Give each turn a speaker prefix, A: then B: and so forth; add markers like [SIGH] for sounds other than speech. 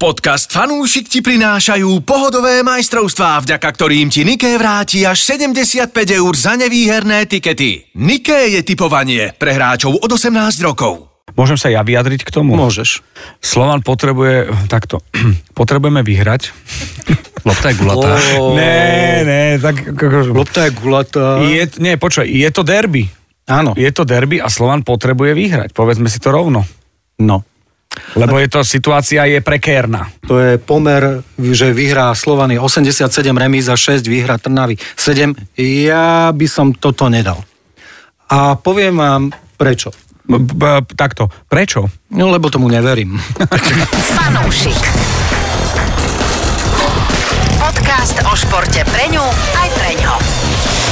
A: Podcast Fanúšik ti prinášajú pohodové majstrovstvá, vďaka ktorým ti Niké vráti až 75 eur za nevýherné tikety. Niké je typovanie pre hráčov od 18 rokov.
B: Môžem sa ja vyjadriť k tomu?
C: Môžeš.
B: Slovan potrebuje, takto, [CLEARS THROAT] potrebujeme vyhrať.
D: [LAUGHS]
B: Oh.
D: Lopta je gulatá.
C: O,
B: Ne, ne, tak... ako-
C: Lopta je gulatá.
B: Je, nie, počkaj, je to derby.
C: Áno.
B: Je to derby a Slovan potrebuje vyhrať. Povedzme si to rovno.
C: No.
B: Lebo je to, situácia je prekérna.
C: To je pomer, že vyhrá Slovany 87 remíz a 6 vyhrá Trnavy 7. Ja by som toto nedal. A poviem vám prečo.
B: B- b- takto. Prečo?
C: No lebo tomu neverím. [LAUGHS]
E: Fanúšik. Podcast o športe pre ňu aj pre ňo.